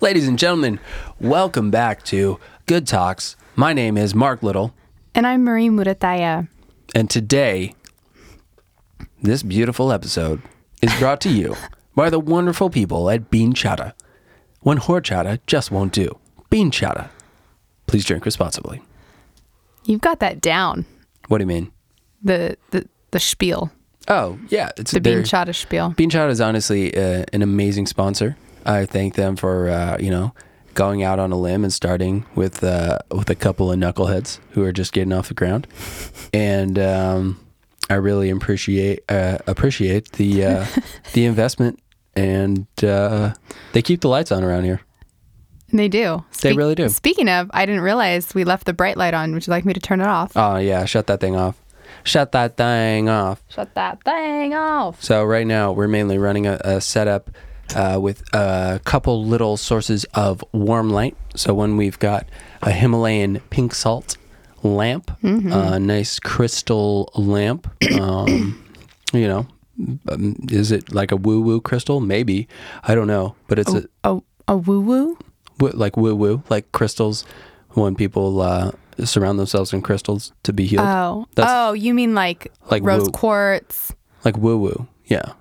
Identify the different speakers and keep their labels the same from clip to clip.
Speaker 1: Ladies and gentlemen, welcome back to Good Talks. My name is Mark Little,
Speaker 2: And I'm Marie Murataya.
Speaker 1: and today, this beautiful episode is brought to you by the wonderful people at Bean Chata. When horchata just won't do, Bean Chata. Please drink responsibly.
Speaker 2: You've got that down.
Speaker 1: What do you mean?
Speaker 2: The the, the spiel.
Speaker 1: Oh, yeah, it's
Speaker 2: The
Speaker 1: they're-
Speaker 2: bean chata spiel.
Speaker 1: Bean Chata is honestly uh, an amazing sponsor. I thank them for uh, you know going out on a limb and starting with uh, with a couple of knuckleheads who are just getting off the ground, and um, I really appreciate uh, appreciate the uh, the investment, and uh, they keep the lights on around here.
Speaker 2: And they do.
Speaker 1: They really do.
Speaker 2: Speaking of, I didn't realize we left the bright light on. Would you like me to turn it off?
Speaker 1: Oh yeah, shut that thing off, shut that thing off.
Speaker 2: Shut that thing off.
Speaker 1: So right now we're mainly running a, a setup uh, with a couple little sources of warm light. So when we've got a Himalayan pink salt lamp,
Speaker 2: Mm-hmm.
Speaker 1: a nice crystal lamp, um, you know, um, is it like a woo woo crystal? Maybe I don't know, but it's a
Speaker 2: A, a woo woo?
Speaker 1: woo like woo woo like crystals when people uh, surround themselves in crystals to be healed.
Speaker 2: Oh.
Speaker 1: That's-
Speaker 2: oh, you mean like,
Speaker 1: Like
Speaker 2: rose
Speaker 1: woo.
Speaker 2: quartz?
Speaker 1: Like woo woo, yeah.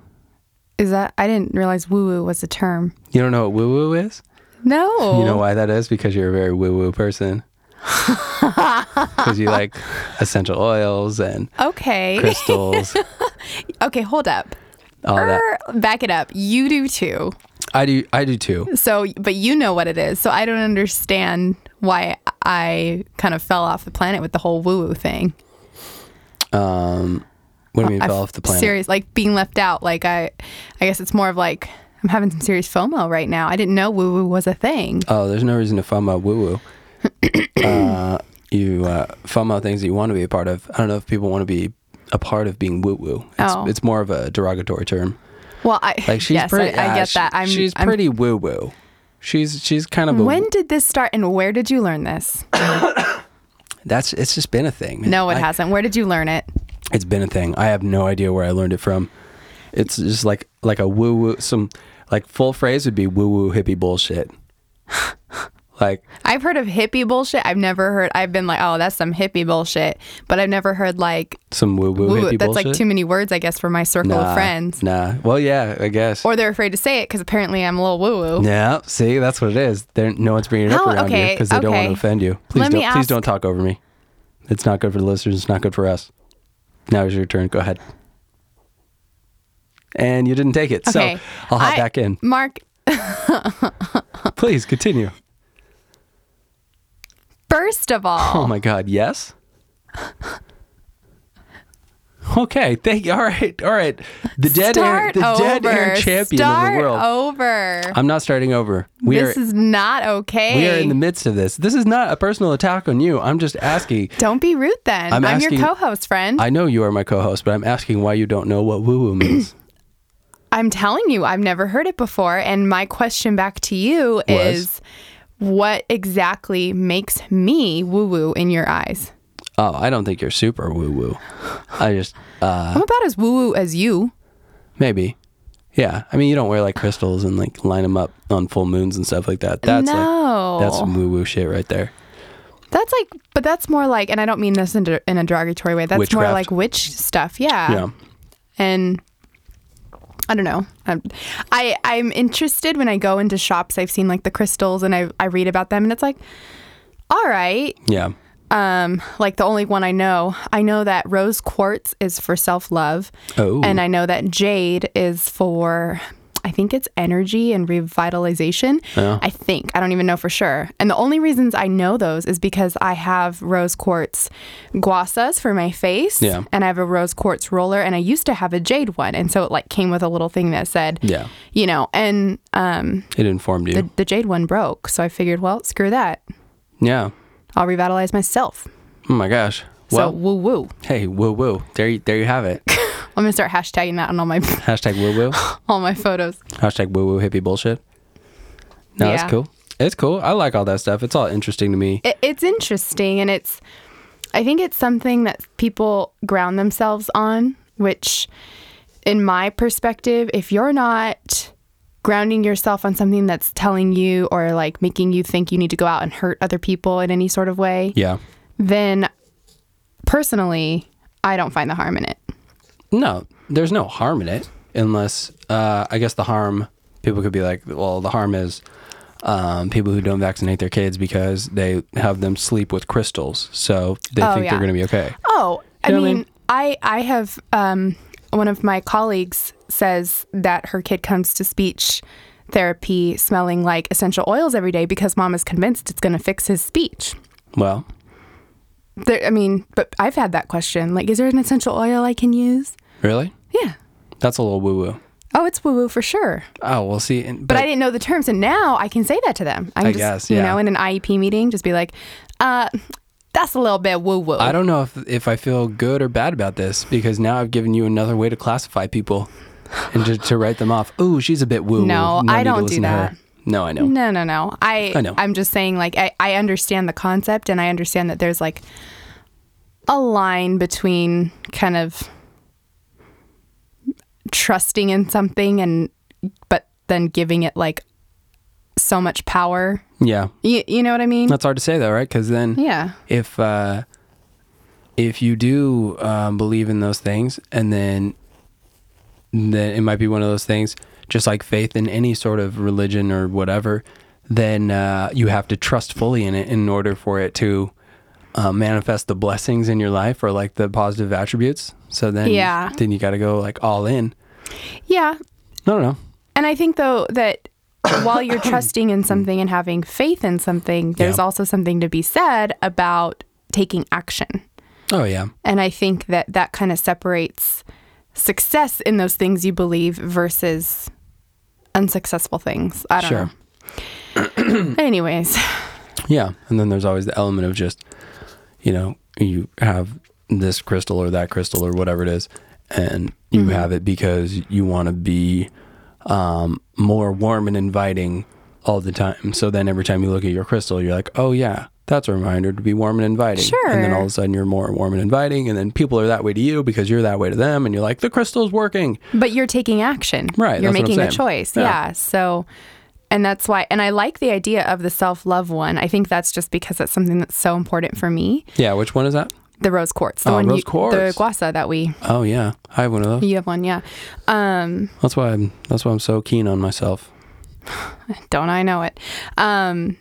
Speaker 2: Is that I didn't realize woo woo was a term.
Speaker 1: You don't know what woo woo is?
Speaker 2: No.
Speaker 1: You know why that is? Because you're a very woo woo person. Because you like essential oils and
Speaker 2: Okay.
Speaker 1: crystals,
Speaker 2: Okay, hold up.
Speaker 1: all that.
Speaker 2: Er, Back it up. You do too.
Speaker 1: I do, I do too.
Speaker 2: So, but you know what it is. So I don't understand why I kind of fell off the planet with the whole woo woo thing.
Speaker 1: Um, when we
Speaker 2: I
Speaker 1: fell off the planet,
Speaker 2: Serious, like being left out. Like I, I guess it's more of like I'm having some serious FOMO right now. I didn't know woo woo was a thing.
Speaker 1: oh, there's no reason to FOMO woo woo. uh, you uh, FOMO things that you want to be a part of. I don't know if people want to be a part of being woo woo. It's,
Speaker 2: Oh.
Speaker 1: it's more of a derogatory term.
Speaker 2: Well, I
Speaker 1: Like she's
Speaker 2: yes,
Speaker 1: pretty.
Speaker 2: I, I
Speaker 1: uh,
Speaker 2: get
Speaker 1: she-
Speaker 2: that. I'm
Speaker 1: she's
Speaker 2: I'm-
Speaker 1: pretty woo woo. She's she's kind of a,
Speaker 2: When did this start, and where did you learn this?
Speaker 1: that's it's just been a thing. man.
Speaker 2: No, it
Speaker 1: I-
Speaker 2: hasn't. Where did you learn it?
Speaker 1: It's been a thing. I have no idea where I learned it from. It's just like like a woo woo some like full phrase would be woo woo hippie bullshit. like
Speaker 2: I've heard of hippie bullshit. I've never heard. I've been like, oh, that's some hippie bullshit. But I've never heard like
Speaker 1: some woo woo
Speaker 2: woo
Speaker 1: hippie
Speaker 2: woo. That's
Speaker 1: bullshit.
Speaker 2: like too many words, I guess, for my circle
Speaker 1: nah,
Speaker 2: of friends.
Speaker 1: Nah. Well, yeah, I guess.
Speaker 2: Or they're afraid to say it because apparently I'm a little woo woo.
Speaker 1: yeah. See, that's what it is. They're, no one's bringing it up
Speaker 2: How-
Speaker 1: around you
Speaker 2: okay,
Speaker 1: because they don't want to
Speaker 2: okay.
Speaker 1: offend you. Please
Speaker 2: Let
Speaker 1: don't.
Speaker 2: me
Speaker 1: Please
Speaker 2: ask-
Speaker 1: don't talk over me. It's not good for the listeners. It's not good for us. Now is your turn. Go ahead. And you didn't take it,
Speaker 2: Okay.
Speaker 1: so I'll hop
Speaker 2: I-
Speaker 1: back in.
Speaker 2: Mark,
Speaker 1: Please continue.
Speaker 2: first of
Speaker 1: Oh
Speaker 2: all,
Speaker 1: my God, yes? Okay, thank you. All right, all right. The dead air,
Speaker 2: start
Speaker 1: the
Speaker 2: over.
Speaker 1: dead air champion
Speaker 2: start
Speaker 1: of the world.
Speaker 2: over.
Speaker 1: I'm not starting over. We
Speaker 2: this
Speaker 1: are
Speaker 2: is not okay.
Speaker 1: we are in the midst of this. This is not a personal attack on you. I'm just asking.
Speaker 2: Don't be rude then.
Speaker 1: I'm
Speaker 2: I'm,
Speaker 1: asking-
Speaker 2: your co-host, friend.
Speaker 1: I know you are my co-host, but I'm asking why you don't know what woo woo means.
Speaker 2: I'm telling you, I've never heard it before. And my question back to you is, what exactly makes me woo woo in your eyes?
Speaker 1: oh, I don't think you're super woo woo. I just uh
Speaker 2: I'm about as woo woo as you.
Speaker 1: maybe. Yeah, I mean you don't wear like crystals and like line them up on full moons and stuff like that. That's
Speaker 2: no,
Speaker 1: like that's woo woo shit right there.
Speaker 2: That's like, but that's more like, and I don't mean this in, der- in a derogatory way. That's more
Speaker 1: Witchcraft.
Speaker 2: like witch stuff, yeah.
Speaker 1: yeah.
Speaker 2: And I don't know. I'm, I I'm interested when I go into shops. I've seen like the crystals, and I I read about them, and it's like, all right.
Speaker 1: Yeah.
Speaker 2: Um, like the only one I know, I know that rose quartz is for self love,
Speaker 1: Oh.
Speaker 2: and I know that jade is for. I think it's energy and revitalization.
Speaker 1: Yeah.
Speaker 2: I think. I don't even know for sure. And the only reasons I know those is because I have rose quartz guasas for my face.
Speaker 1: Yeah.
Speaker 2: And I have a rose quartz roller and I used to have a jade one. And so it like came with a little thing that said,
Speaker 1: Yeah.
Speaker 2: you know, and um,
Speaker 1: It informed you.
Speaker 2: the, the jade one broke. So I figured, well, screw that.
Speaker 1: yeah.
Speaker 2: I'll revitalize myself.
Speaker 1: Oh my gosh.
Speaker 2: So
Speaker 1: Well,
Speaker 2: woo woo.
Speaker 1: hey, woo woo. There, you, there you have it.
Speaker 2: I'm gonna start hashtagging that on all my
Speaker 1: Hashtag woo woo.
Speaker 2: all my photos.
Speaker 1: Hashtag woo woo hippie bullshit. No, it's
Speaker 2: Yeah.
Speaker 1: cool. It's cool. I like all that stuff. It's all interesting to me.
Speaker 2: it, it's interesting and it's i think it's something that people ground themselves on which in my perspective if you're not grounding yourself on something that's telling you or like making you think you need to go out and hurt other people in any sort of way,
Speaker 1: Yeah.
Speaker 2: then personally, I don't find the harm in it.
Speaker 1: No, there's no harm in it, unless uh, I guess the harm people could be like, well, the harm is um, people who don't vaccinate their kids because they have them sleep with crystals, so they
Speaker 2: Oh,
Speaker 1: think
Speaker 2: yeah.
Speaker 1: they're going to be okay.
Speaker 2: Oh, I
Speaker 1: You know what I
Speaker 2: mean,
Speaker 1: mean?
Speaker 2: I I have um, one of my colleagues says that her kid comes to speech therapy smelling like essential oils every day because mom is convinced it's going to fix his speech.
Speaker 1: Well,
Speaker 2: There, I mean, but I've had that question like, is there an essential oil I can use?
Speaker 1: really,
Speaker 2: Yeah.
Speaker 1: that's a little woo woo.
Speaker 2: Oh, it's woo woo for sure.
Speaker 1: Oh, we'll see. And,
Speaker 2: But I didn't know the terms, and now I can say that to them. I, can
Speaker 1: I
Speaker 2: just,
Speaker 1: guess,
Speaker 2: You
Speaker 1: yeah.
Speaker 2: know, in an IEP meeting, just be like, uh, that's a little bit woo woo.
Speaker 1: I don't know if if I feel good or bad about this because now I've given you another way to classify people and to, to write them off. Ooh, she's a bit woo woo.
Speaker 2: No, I don't do that.
Speaker 1: No, I know.
Speaker 2: No, no, no. I,
Speaker 1: I know.
Speaker 2: I'm just saying, like, I, I understand the concept and I understand that there's like a line between kind of trusting in something and, but then giving it like so much power.
Speaker 1: Yeah,
Speaker 2: You, you know what I mean?
Speaker 1: that's hard to say though, right? Because then
Speaker 2: yeah.
Speaker 1: if uh, if you do um, believe in those things, and then then it might be one of those things, just like faith in any sort of religion or whatever, then uh, you have to trust fully in it in order for it to uh, manifest the blessings in your life or like the positive attributes. So then,
Speaker 2: Yeah.
Speaker 1: then you got to go like all in.
Speaker 2: Yeah.
Speaker 1: No, no, no.
Speaker 2: And I think though that while you're trusting in something and having faith in something, there's
Speaker 1: Yeah.
Speaker 2: also something to be said about taking action.
Speaker 1: Oh yeah,
Speaker 2: And I think that that kind of separates success in those things you believe versus unsuccessful things. I don't
Speaker 1: Sure.
Speaker 2: know. Anyways,
Speaker 1: yeah. And then there's always the element of just you know, you have this crystal or that crystal or whatever it is, and you
Speaker 2: Mm-hmm.
Speaker 1: have it because you want to be um, more warm and inviting all the time. So then every time you look at your crystal, you're like, oh, yeah, that's a reminder to be warm and inviting. And then all of
Speaker 2: Sure.
Speaker 1: a sudden you're more warm and inviting. And then people are that way to you because you're that way to them. And you're like, the crystal's working.
Speaker 2: but you're taking action.
Speaker 1: Right,
Speaker 2: You're
Speaker 1: that's what I'm
Speaker 2: making
Speaker 1: saying.
Speaker 2: a choice.
Speaker 1: Yeah.
Speaker 2: Yeah. So and that's why and I like the idea of the self-love one. I think that's just because that's something that's so important for me.
Speaker 1: Yeah. Which one is that?
Speaker 2: The rose quartz, the
Speaker 1: Oh,
Speaker 2: one
Speaker 1: rose
Speaker 2: you, the
Speaker 1: quartz.
Speaker 2: guasa that we
Speaker 1: Oh, yeah. I have one of those.
Speaker 2: you have one, yeah. Um,
Speaker 1: That's why I'm, that's why I'm so keen on myself.
Speaker 2: don't I know it? Um,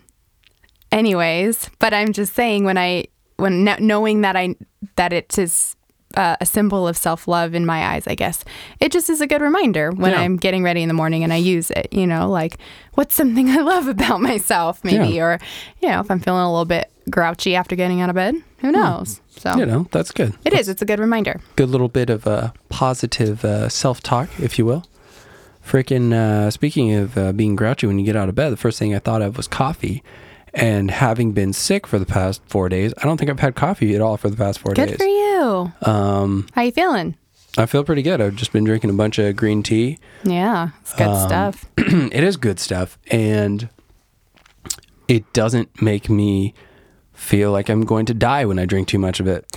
Speaker 2: anyways, but I'm just saying when I when kn- knowing that I that it is uh, a symbol of self love in my eyes, I guess it just is a good reminder when
Speaker 1: Yeah.
Speaker 2: I'm getting ready in the morning and I use it. You know, like what's something I love about myself, maybe,
Speaker 1: Yeah.
Speaker 2: or you know, if I'm feeling a little bit grouchy after getting out of bed, who knows? So
Speaker 1: Hmm. You know, that's good.
Speaker 2: it is. It's a good reminder.
Speaker 1: good little bit of uh, positive uh, self talk, if you will. Freaking uh, speaking of uh, being grouchy when you get out of bed, the first thing I thought of was coffee. And having been sick for the past four days, I don't think I've had coffee at all for the past four
Speaker 2: Good
Speaker 1: days.
Speaker 2: for you.
Speaker 1: Um,
Speaker 2: How you feeling?
Speaker 1: I feel pretty good. I've just been drinking a bunch of green tea.
Speaker 2: Yeah, it's good
Speaker 1: um,
Speaker 2: stuff.
Speaker 1: it is good stuff, and it doesn't make me feel like I'm going to die when I drink too much of it.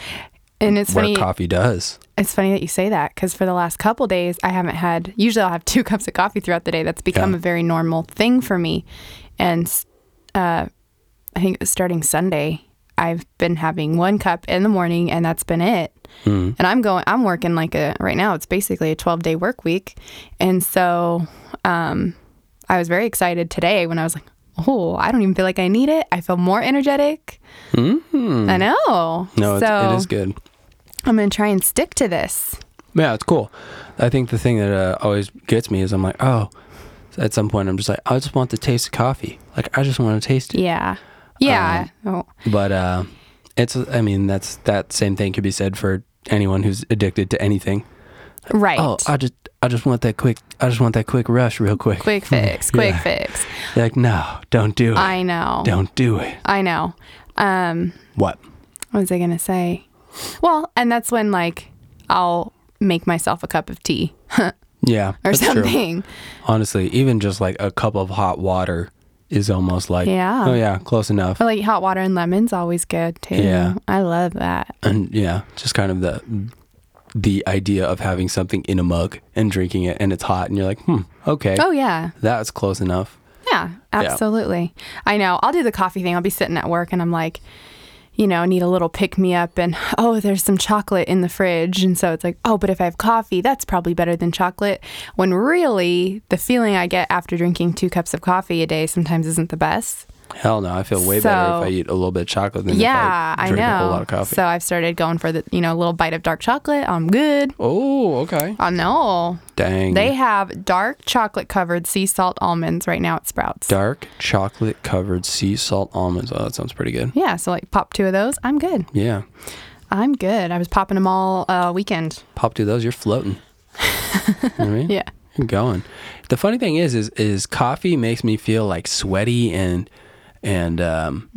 Speaker 2: And it's
Speaker 1: where
Speaker 2: funny.
Speaker 1: coffee does.
Speaker 2: It's funny that you say that because for the last couple days, I haven't had. Usually, I'll have two cups of coffee throughout the day. That's become
Speaker 1: Yeah.
Speaker 2: a very normal thing for me, and uh, I think it was starting Sunday, I've been having one cup in the morning, and that's been it.
Speaker 1: Hmm.
Speaker 2: And I'm going. I'm working like a right now. It's basically a 12 day work week, and so um, I was very excited today when I was like, "Oh, I don't even feel like I need it. I feel more energetic." I know.
Speaker 1: Hmm. No,
Speaker 2: so
Speaker 1: it's, it is good.
Speaker 2: I'm gonna try and stick to this.
Speaker 1: Yeah, it's cool. I think the thing that uh, always gets me is I'm like, oh, at some point I'm just like, I just want the taste of coffee. Like, I just want to taste it.
Speaker 2: Yeah. Yeah. oh.
Speaker 1: But uh, it's, I mean, that's that same thing could be said for anyone who's addicted to anything.
Speaker 2: Right.
Speaker 1: Oh, I just, I just want that quick, I just want that quick rush, real quick.
Speaker 2: quick fix. Quick
Speaker 1: Yeah.
Speaker 2: fix.
Speaker 1: Like, no, don't do it.
Speaker 2: I know.
Speaker 1: Don't do it.
Speaker 2: I know. Um,
Speaker 1: What?
Speaker 2: what was I gonna say? Well, and that's when like I'll make myself a cup of tea or
Speaker 1: Yeah, that's true.
Speaker 2: something.
Speaker 1: Honestly, even just like a cup of hot water is almost like,
Speaker 2: Yeah.
Speaker 1: oh yeah, close enough.
Speaker 2: Or like hot water and lemons always good too.
Speaker 1: Yeah.
Speaker 2: I love that.
Speaker 1: and yeah, just kind of the the idea of having something in a mug and drinking it and it's hot and you're like, hmm, okay,
Speaker 2: Oh yeah.
Speaker 1: that's close enough.
Speaker 2: Yeah, absolutely. I know. I'll do the coffee thing. I'll be sitting at work and I'm like, you know, need a little pick me up and oh, there's some chocolate in the fridge. And so it's like, oh, but if I have coffee, that's probably better than chocolate. When really the feeling I get after drinking two cups of coffee a day sometimes isn't the best.
Speaker 1: Hell no, I feel way better
Speaker 2: So-
Speaker 1: if I eat a little bit of chocolate than
Speaker 2: yeah,
Speaker 1: if I
Speaker 2: I,
Speaker 1: drink
Speaker 2: know.
Speaker 1: a whole lot of coffee.
Speaker 2: So I've started going for the, you know, a little bite of dark chocolate. I'm good.
Speaker 1: oh, okay.
Speaker 2: I know.
Speaker 1: Dang.
Speaker 2: They have dark chocolate covered sea salt almonds right now at Sprouts.
Speaker 1: Dark chocolate covered sea salt almonds. Oh, that sounds pretty good.
Speaker 2: yeah, so like pop two of those. I'm good.
Speaker 1: Yeah.
Speaker 2: I'm good. I was popping them all uh, weekend.
Speaker 1: Pop two of those, you're floating. You know what I mean?
Speaker 2: Yeah.
Speaker 1: You're going. The funny thing is, is is coffee makes me feel like sweaty and and um,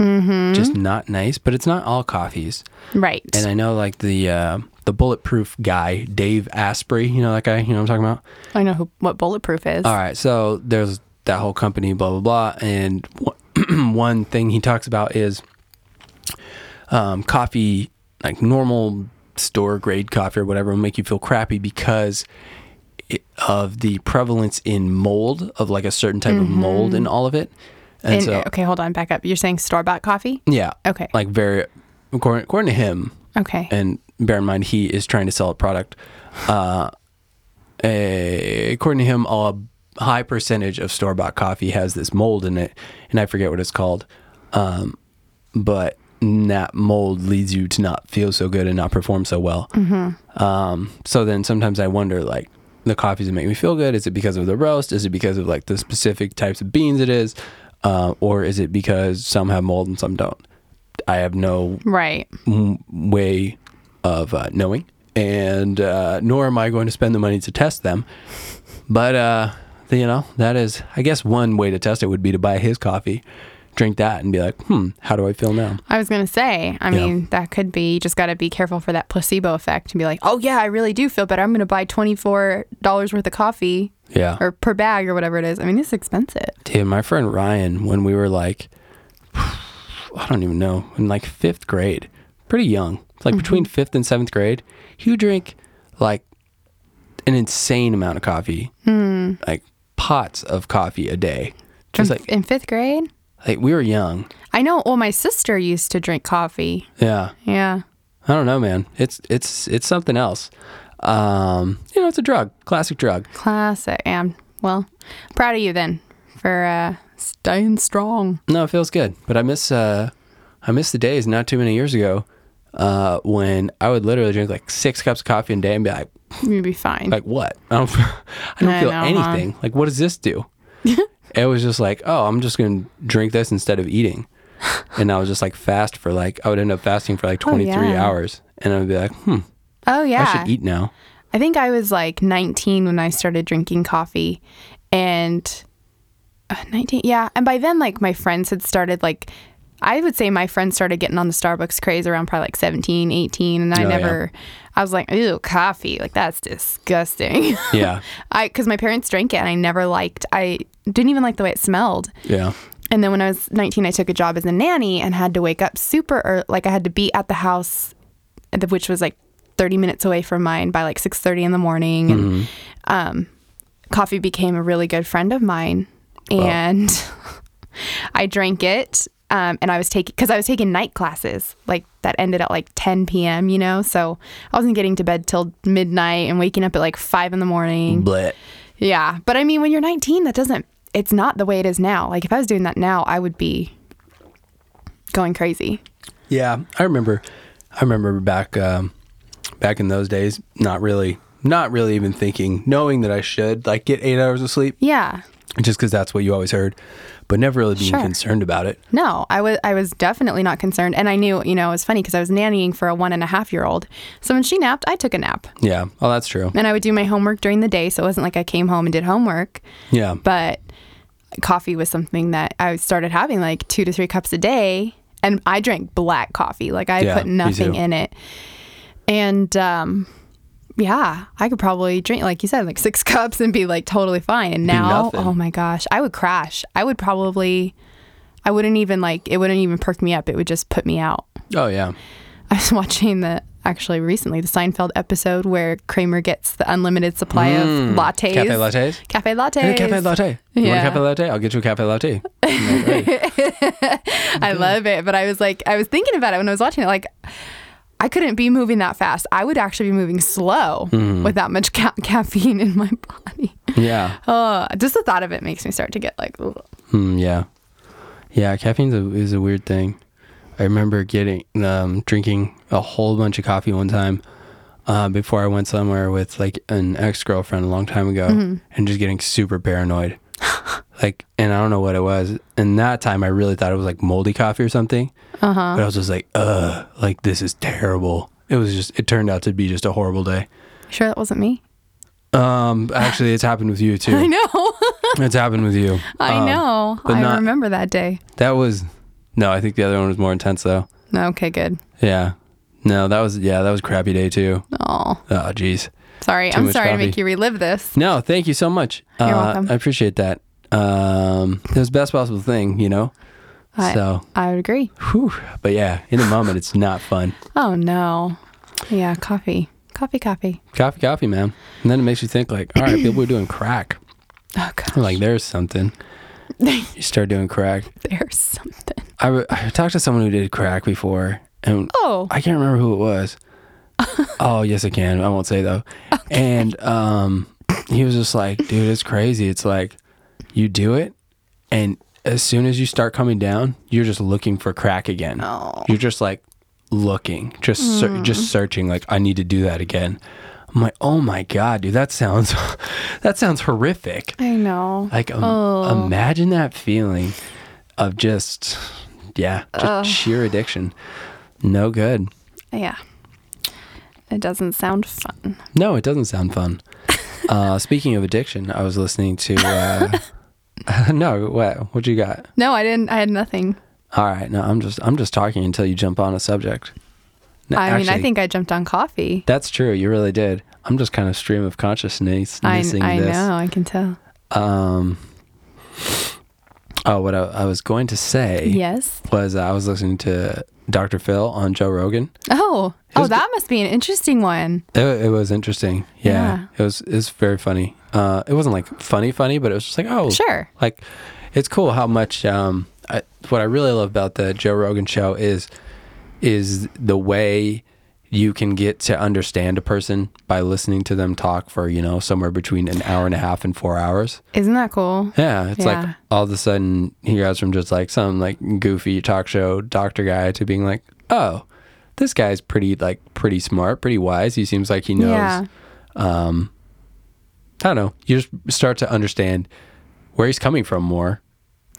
Speaker 1: just not nice. But it's not all coffees.
Speaker 2: Right.
Speaker 1: And I know like the uh, the bulletproof guy, Dave Asprey. You know that guy. You know what I'm talking about.
Speaker 2: I know who, what bulletproof is.
Speaker 1: All right. So there's that whole company, blah blah blah. And one, one thing he talks about is um, coffee, like normal store grade coffee or whatever, will make you feel crappy because it, of the prevalence in mold of like a certain type of mold in all of it. And,
Speaker 2: And-
Speaker 1: so,
Speaker 2: uh, okay, hold on, back up. You're saying store bought coffee?
Speaker 1: yeah.
Speaker 2: e-, Okay.
Speaker 1: Like very, according, according to him,
Speaker 2: Okay.
Speaker 1: and bear in mind he is trying to sell a product. Uh, a, according to him, a high percentage of store bought coffee has this mold in it, and I forget what it's called. Um, but that mold leads you to not feel so good and not perform so well. Um, so then sometimes I wonder like the coffees that make me feel good. Is it because of the roast? Is it because of like the specific types of beans it is? Uh, or is it because some have mold and some don't? I have no
Speaker 2: right.
Speaker 1: m- way of uh, knowing, and uh, nor am I going to spend the money to test them. But uh, you know, that is, I guess, one way to test it would be to buy his coffee, drink that, and be like, hmm, how do I feel now?
Speaker 2: I was going to say, I
Speaker 1: Yeah.
Speaker 2: mean, that could be, you just got to be careful for that placebo effect and be like, oh, yeah, I really do feel better. I'm going to buy $24 worth of coffee
Speaker 1: Yeah.
Speaker 2: or per bag or whatever it is. I mean, it's expensive.
Speaker 1: Dude, my friend Ryan, when we were like, I don't even know, in like fifth grade, pretty young,
Speaker 2: Mm-hmm.
Speaker 1: like between fifth and seventh grade, he would drink like an insane amount of coffee, like pots of coffee a day.
Speaker 2: Hmm. From,
Speaker 1: Just like
Speaker 2: in fifth grade?
Speaker 1: Like we were young.
Speaker 2: I know, well, my sister used to drink coffee.
Speaker 1: Yeah.
Speaker 2: Yeah.
Speaker 1: I don't know, man. It's it's it's something else. Um, you know, it's a drug, classic drug.
Speaker 2: Classic. And, well, proud of you then for uh, staying strong.
Speaker 1: No, it feels good. But I miss uh I miss the days not too many years ago, uh, when I would literally drink like six cups of coffee a day and be like,
Speaker 2: You'd be fine.
Speaker 1: like what? I don't I don't
Speaker 2: I
Speaker 1: feel
Speaker 2: know, huh?
Speaker 1: anything. Like what does this do? it was just like, oh, I'm just gonna drink this instead of eating. And I was just like fast for like I would end up fasting for like twenty three
Speaker 2: Oh, yeah.
Speaker 1: hours. And I would be like, hmm,
Speaker 2: oh yeah.
Speaker 1: I should eat now.
Speaker 2: I think I was like 19 when I started drinking coffee and uh, 19. Yeah, and by then like my friends had started like I would say my friends started getting on the Starbucks craze around probably like 17, 18 and I
Speaker 1: Oh, yeah.
Speaker 2: never I was like, "Ew, coffee. Like that's disgusting."
Speaker 1: Yeah.
Speaker 2: I cuz my parents drank it and I never liked I didn't even like the way it smelled.
Speaker 1: Yeah.
Speaker 2: And then when I was 19, I took a job as a nanny and had to wake up super early. Like I had to be at the house, and the- which was like 30 minutes away from mine by like 6:30 in the morning. And um, coffee became a really good friend of mine, and I drank it. Um, and I was taking because I was taking night classes like that ended at like 10 p.m. You know, so I wasn't getting to bed till midnight and waking up at like five in the morning.
Speaker 1: But
Speaker 2: Yeah, but I mean, when you're 19, that doesn't. It's not the way it is now. Like if I was doing that now, I would be going crazy.
Speaker 1: Yeah, I remember. I remember back um, back in those days, not really, not really even thinking, knowing that I should like get eight hours of sleep,
Speaker 2: Yeah.
Speaker 1: just because that's what you always heard, but never really being
Speaker 2: Sure.
Speaker 1: concerned about it.
Speaker 2: No, I was I was definitely not concerned, and I knew you know it was funny because I was nannying for a one and a half year old. So when she napped, I took a nap,
Speaker 1: Yeah, oh, that's true.
Speaker 2: and I would do my homework during the day. So it wasn't like I came home and did homework,
Speaker 1: Yeah,
Speaker 2: but coffee was something that I started having like two to three cups a day, and I drank black coffee. Like I
Speaker 1: Yeah,
Speaker 2: put
Speaker 1: me
Speaker 2: nothing
Speaker 1: too.
Speaker 2: in it, and um, yeah, I could probably drink like you said, like six cups and be like totally fine. And now,
Speaker 1: nothing.
Speaker 2: oh my gosh, I would crash. I would probably, I wouldn't even like it. Wouldn't even perk me up. It would just put me out.
Speaker 1: oh yeah,
Speaker 2: I was watching the actually recently the Seinfeld episode where Kramer gets the unlimited supply of
Speaker 1: Mm.
Speaker 2: lattes.
Speaker 1: Cafe lattes.
Speaker 2: Cafe
Speaker 1: I
Speaker 2: lattes.
Speaker 1: need a cafe latte. You want a
Speaker 2: Yeah.
Speaker 1: cafe latte? I'll get you a cafe latte. I'm like, "Hey."
Speaker 2: I love it. But I was like, I was thinking about it when I was watching it. Like, I couldn't be moving that fast. I would actually be moving slow
Speaker 1: Mm-hmm.
Speaker 2: with that much ca- caffeine in my body.
Speaker 1: yeah.
Speaker 2: Oh, just the thought of it makes me start to get like, ugh.
Speaker 1: Hmm, yeah, yeah. Caffeine a, is a weird thing. I remember getting um, drinking a whole bunch of coffee one time uh, before I went somewhere with like an ex girlfriend a long time ago,
Speaker 2: Mm-hmm.
Speaker 1: and just getting super paranoid. like, and I don't know what it was. And that time, I really thought it was like moldy coffee or something. Uh-huh. But I was just like, ugh, like this is terrible. It was just. It turned out to be just a horrible day.
Speaker 2: sure that wasn't me?
Speaker 1: Um, actually, it's happened with you too.
Speaker 2: I know.
Speaker 1: It's happened with you.
Speaker 2: I
Speaker 1: Um,
Speaker 2: know.
Speaker 1: but
Speaker 2: I
Speaker 1: not-
Speaker 2: remember that day.
Speaker 1: That was no. I think the other one was more intense though.
Speaker 2: Okay, good.
Speaker 1: Yeah. No, that was yeah, that was a crappy day too.
Speaker 2: Oh,
Speaker 1: Oh, jeez.
Speaker 2: sorry.
Speaker 1: Too
Speaker 2: I'm
Speaker 1: much
Speaker 2: sorry
Speaker 1: coffee.
Speaker 2: to make you relive this.
Speaker 1: No, thank you so much.
Speaker 2: You're
Speaker 1: Uh,
Speaker 2: welcome.
Speaker 1: I appreciate that. Um, it was the best possible thing, you know.
Speaker 2: I,
Speaker 1: So,
Speaker 2: I would agree.
Speaker 1: whew. but yeah, in the moment, it's not fun.
Speaker 2: Oh no. Yeah, coffee. Coffee, coffee.
Speaker 1: Coffee, coffee, man. And then it makes you think like, all right, people are doing crack.
Speaker 2: Oh god.
Speaker 1: I'm like, there's something. You start doing crack.
Speaker 2: There's something.
Speaker 1: I, re- I talked to someone who did crack before, and
Speaker 2: Oh.
Speaker 1: I can't remember who it was. oh yes, I can. I won't say though. And um, he was just like, dude, it's crazy. It's like you do it, and as soon as you start coming down, you're just looking for crack again.
Speaker 2: Oh.
Speaker 1: You're just like looking, just ser- just searching. Like I need to do that again. I'm like, oh my god, dude, that sounds that sounds horrific.
Speaker 2: I know.
Speaker 1: Like um, imagine that feeling of just yeah, just sheer addiction. No good.
Speaker 2: yeah. It doesn't sound fun.
Speaker 1: No, it doesn't sound fun. uh, speaking of addiction, I was listening to. Uh, no, what? What you got?
Speaker 2: No, I didn't. I had nothing.
Speaker 1: All right, no, I'm just I'm just talking until you jump on a subject. No,
Speaker 2: I mean, I
Speaker 1: actually,
Speaker 2: think I jumped on coffee.
Speaker 1: that's true. You really did. I'm just kind of stream of consciousness.
Speaker 2: I,
Speaker 1: this.
Speaker 2: I know. I can tell.
Speaker 1: Um. Oh, what I, I was going to say
Speaker 2: Yes.
Speaker 1: was uh, I was listening to Dr. Phil on Joe Rogan.
Speaker 2: Oh.
Speaker 1: His-
Speaker 2: Oh, that must be an interesting one.
Speaker 1: It, it was interesting. Yeah,
Speaker 2: Yeah.
Speaker 1: it was. It's very funny. Uh, it wasn't like funny, funny, but it was just like, oh,
Speaker 2: Sure.
Speaker 1: Like, it's cool how much. Um, I, what I really love about the Joe Rogan show is, is the way you can get to understand a person by listening to them talk for you know somewhere between an hour and a half and four hours.
Speaker 2: Isn't that cool?
Speaker 1: Yeah, it's
Speaker 2: Yeah.
Speaker 1: like all of a sudden he goes from just like some like goofy talk show doctor guy to being like, oh, this guy's pretty like pretty smart, pretty wise. He seems like he knows.
Speaker 2: Yeah.
Speaker 1: I don't know. You just start to understand where he's coming from more,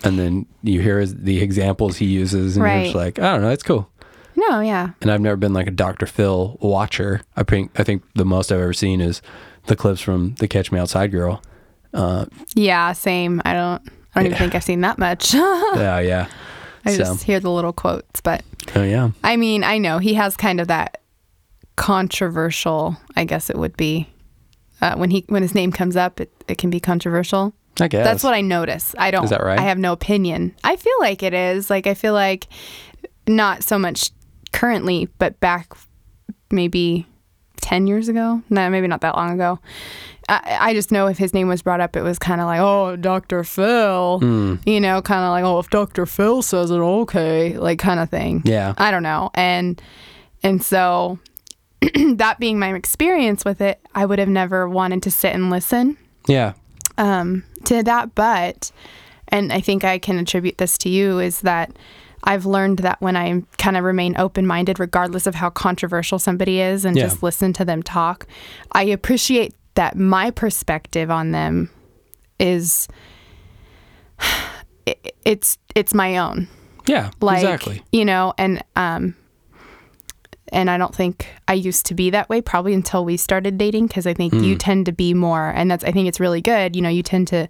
Speaker 1: and then you hear his, the examples he uses, and you're just
Speaker 2: Right.
Speaker 1: like, I don't know, it's cool.
Speaker 2: No. Yeah.
Speaker 1: And I've never been like a Dr. Phil watcher. I think I think the most I've ever seen is the clips from the Catch Me Outside girl.
Speaker 2: Yeah. Same. I don't. I don't even think I've seen that much. I
Speaker 1: Oh yeah, So-
Speaker 2: just hear the little quotes, but
Speaker 1: oh yeah.
Speaker 2: I mean, I know he has kind of that controversial. I guess it would be uh, when he when his name comes up, it, it can be controversial.
Speaker 1: I guess
Speaker 2: That's what I notice. I don't.
Speaker 1: Is that right?
Speaker 2: I have no opinion. I feel like it is. Like I feel like not so much currently, but back maybe ten years ago. No, maybe not that long ago. I, I just know if his name was brought up, it was kind of like, oh, Dr. Phil.
Speaker 1: Hmm.
Speaker 2: You know, kind of like, oh, if Dr. Phil says it, okay, like kind of thing.
Speaker 1: Yeah.
Speaker 2: I don't know. And and so that being my experience with it, I would have never wanted to sit and listen
Speaker 1: yeah.
Speaker 2: um, to that. But, and I think I can attribute this to you, is that I've learned that when I kind of remain open minded, regardless of how controversial somebody is, and
Speaker 1: Yeah.
Speaker 2: just listen to them talk, I appreciate that my perspective on them is. it- It's it's my own
Speaker 1: Yeah.
Speaker 2: like
Speaker 1: exactly.
Speaker 2: you know and um and i don't think i used to be that way probably until we started dating because i think
Speaker 1: Hmm.
Speaker 2: you tend to be more and that's i think it's really good you know you tend to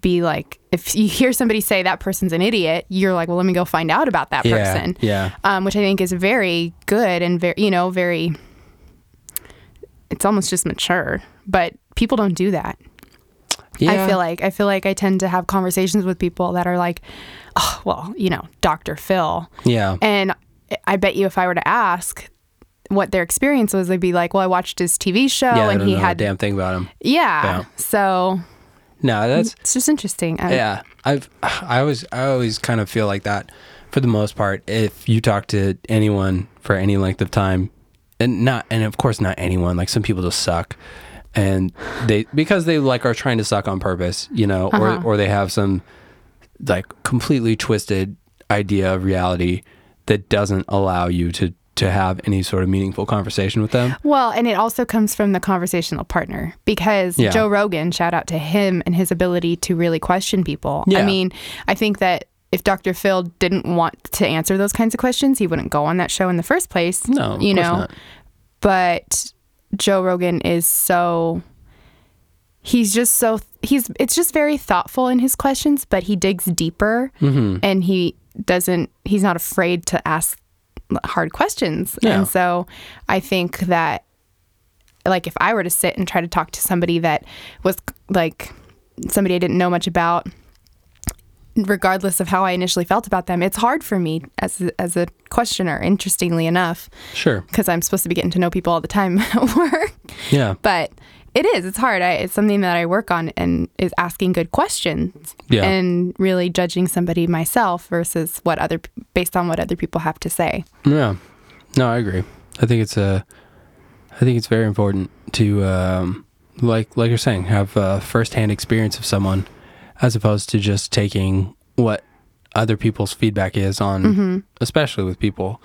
Speaker 2: be like if you hear somebody say that person's an idiot you're like well let me go find out about that
Speaker 1: Yeah,
Speaker 2: person
Speaker 1: yeah.
Speaker 2: um, which i think is very good and very you know very it's almost just mature but people don't do that I feel like I feel like I tend to have conversations with people that are like, oh, well, you know, Dr. Phil.
Speaker 1: Yeah.
Speaker 2: And I bet you if I were to ask, what their experience was, they'd be like, "Well, I watched his TV show
Speaker 1: yeah, I
Speaker 2: and
Speaker 1: don't
Speaker 2: he
Speaker 1: know
Speaker 2: had
Speaker 1: a damn thing about him.
Speaker 2: yeah.
Speaker 1: Yeah.
Speaker 2: So
Speaker 1: No, that's
Speaker 2: it's just interesting. I,
Speaker 1: yeah. I've I always I always kind of feel like that for the most part. If you talk to anyone for any length of time, and not and of course not anyone. Like some people just suck, and they because they like are trying to suck on purpose, you know,
Speaker 2: Uh-huh.
Speaker 1: or or they have some like completely twisted idea of reality that doesn't allow you to to have any sort of meaningful conversation with them.
Speaker 2: Well, and it also comes from the conversational partner because
Speaker 1: Yeah.
Speaker 2: Joe Rogan, shout out to him and his ability to really question people. I
Speaker 1: Yeah.
Speaker 2: mean, I think that if Dr. Phil didn't want to answer those kinds of questions, he wouldn't go on that show in the first place.
Speaker 1: No, of
Speaker 2: you
Speaker 1: course
Speaker 2: know.
Speaker 1: not.
Speaker 2: But Joe Rogan is so he's just so he's it's just very thoughtful in his questions, but he digs deeper and he doesn't he's not afraid to ask hard questions.
Speaker 1: Yeah.
Speaker 2: And so I think that like if I were to sit and try to talk to somebody that was like somebody I didn't know much about, regardless of how I initially felt about them, it's hard for me as a, as a questioner. Interestingly enough,
Speaker 1: Sure.
Speaker 2: because I'm supposed to be getting to know people all the time at work,
Speaker 1: Yeah.
Speaker 2: but it is it's hard. I, it's something that I work on and is asking good questions
Speaker 1: Yeah.
Speaker 2: and really judging somebody myself versus what other based on what other people have to say.
Speaker 1: Yeah. No, I agree. I think it's uh, I think it's very important to um, like like you're saying, have a firsthand experience of someone, as opposed to just taking what other people's feedback is on,
Speaker 2: Mm-hmm.
Speaker 1: especially with people,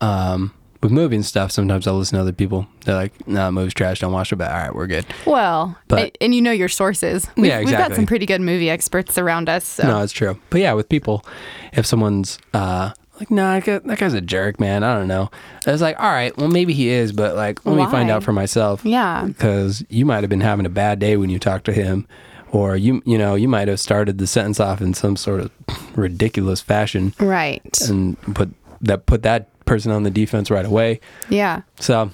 Speaker 1: um, with movie and stuff. Sometimes I listen to other people. They're like, "No, nah, movie's trash. Don't watch it." But all right, we're good.
Speaker 2: Well,
Speaker 1: But-
Speaker 2: and, and you know your sources. We've,
Speaker 1: Yeah,
Speaker 2: We've got
Speaker 1: exactly.
Speaker 2: some pretty good movie experts around us. So.
Speaker 1: No, it's true. But yeah, with people, if someone's uh, like, no, nah, that guy's a jerk, man. I don't know. It's like, all right, well, maybe he is, but like, let me find
Speaker 2: Why?
Speaker 1: out for myself.
Speaker 2: Yeah.
Speaker 1: Because you might have been having a bad day when you talked to him, or you, you know, you might have started the sentence off in some sort of ridiculous fashion
Speaker 2: Right.
Speaker 1: and put that put that person on the defense right away.
Speaker 2: Yeah.
Speaker 1: So.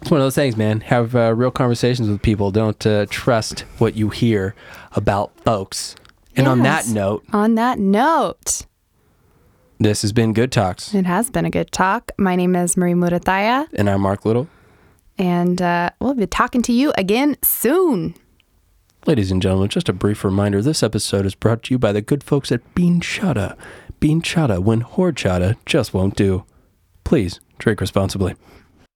Speaker 1: It's one of those things, man. Have uh, real conversations with people. Don't uh, trust what you hear about folks. And on that
Speaker 2: Yes.
Speaker 1: note,
Speaker 2: On that note,
Speaker 1: This has been Good Talks,
Speaker 2: it has been a good talk. My name is Marie Murataya,
Speaker 1: and I'm Mark Little.
Speaker 2: and uh, we'll be talking to you again soon.
Speaker 1: Ladies and gentlemen, just a brief reminder this episode is brought to you by the good folks at Bean Chata. Bean Chata, when horchata just won't do. Please drink responsibly.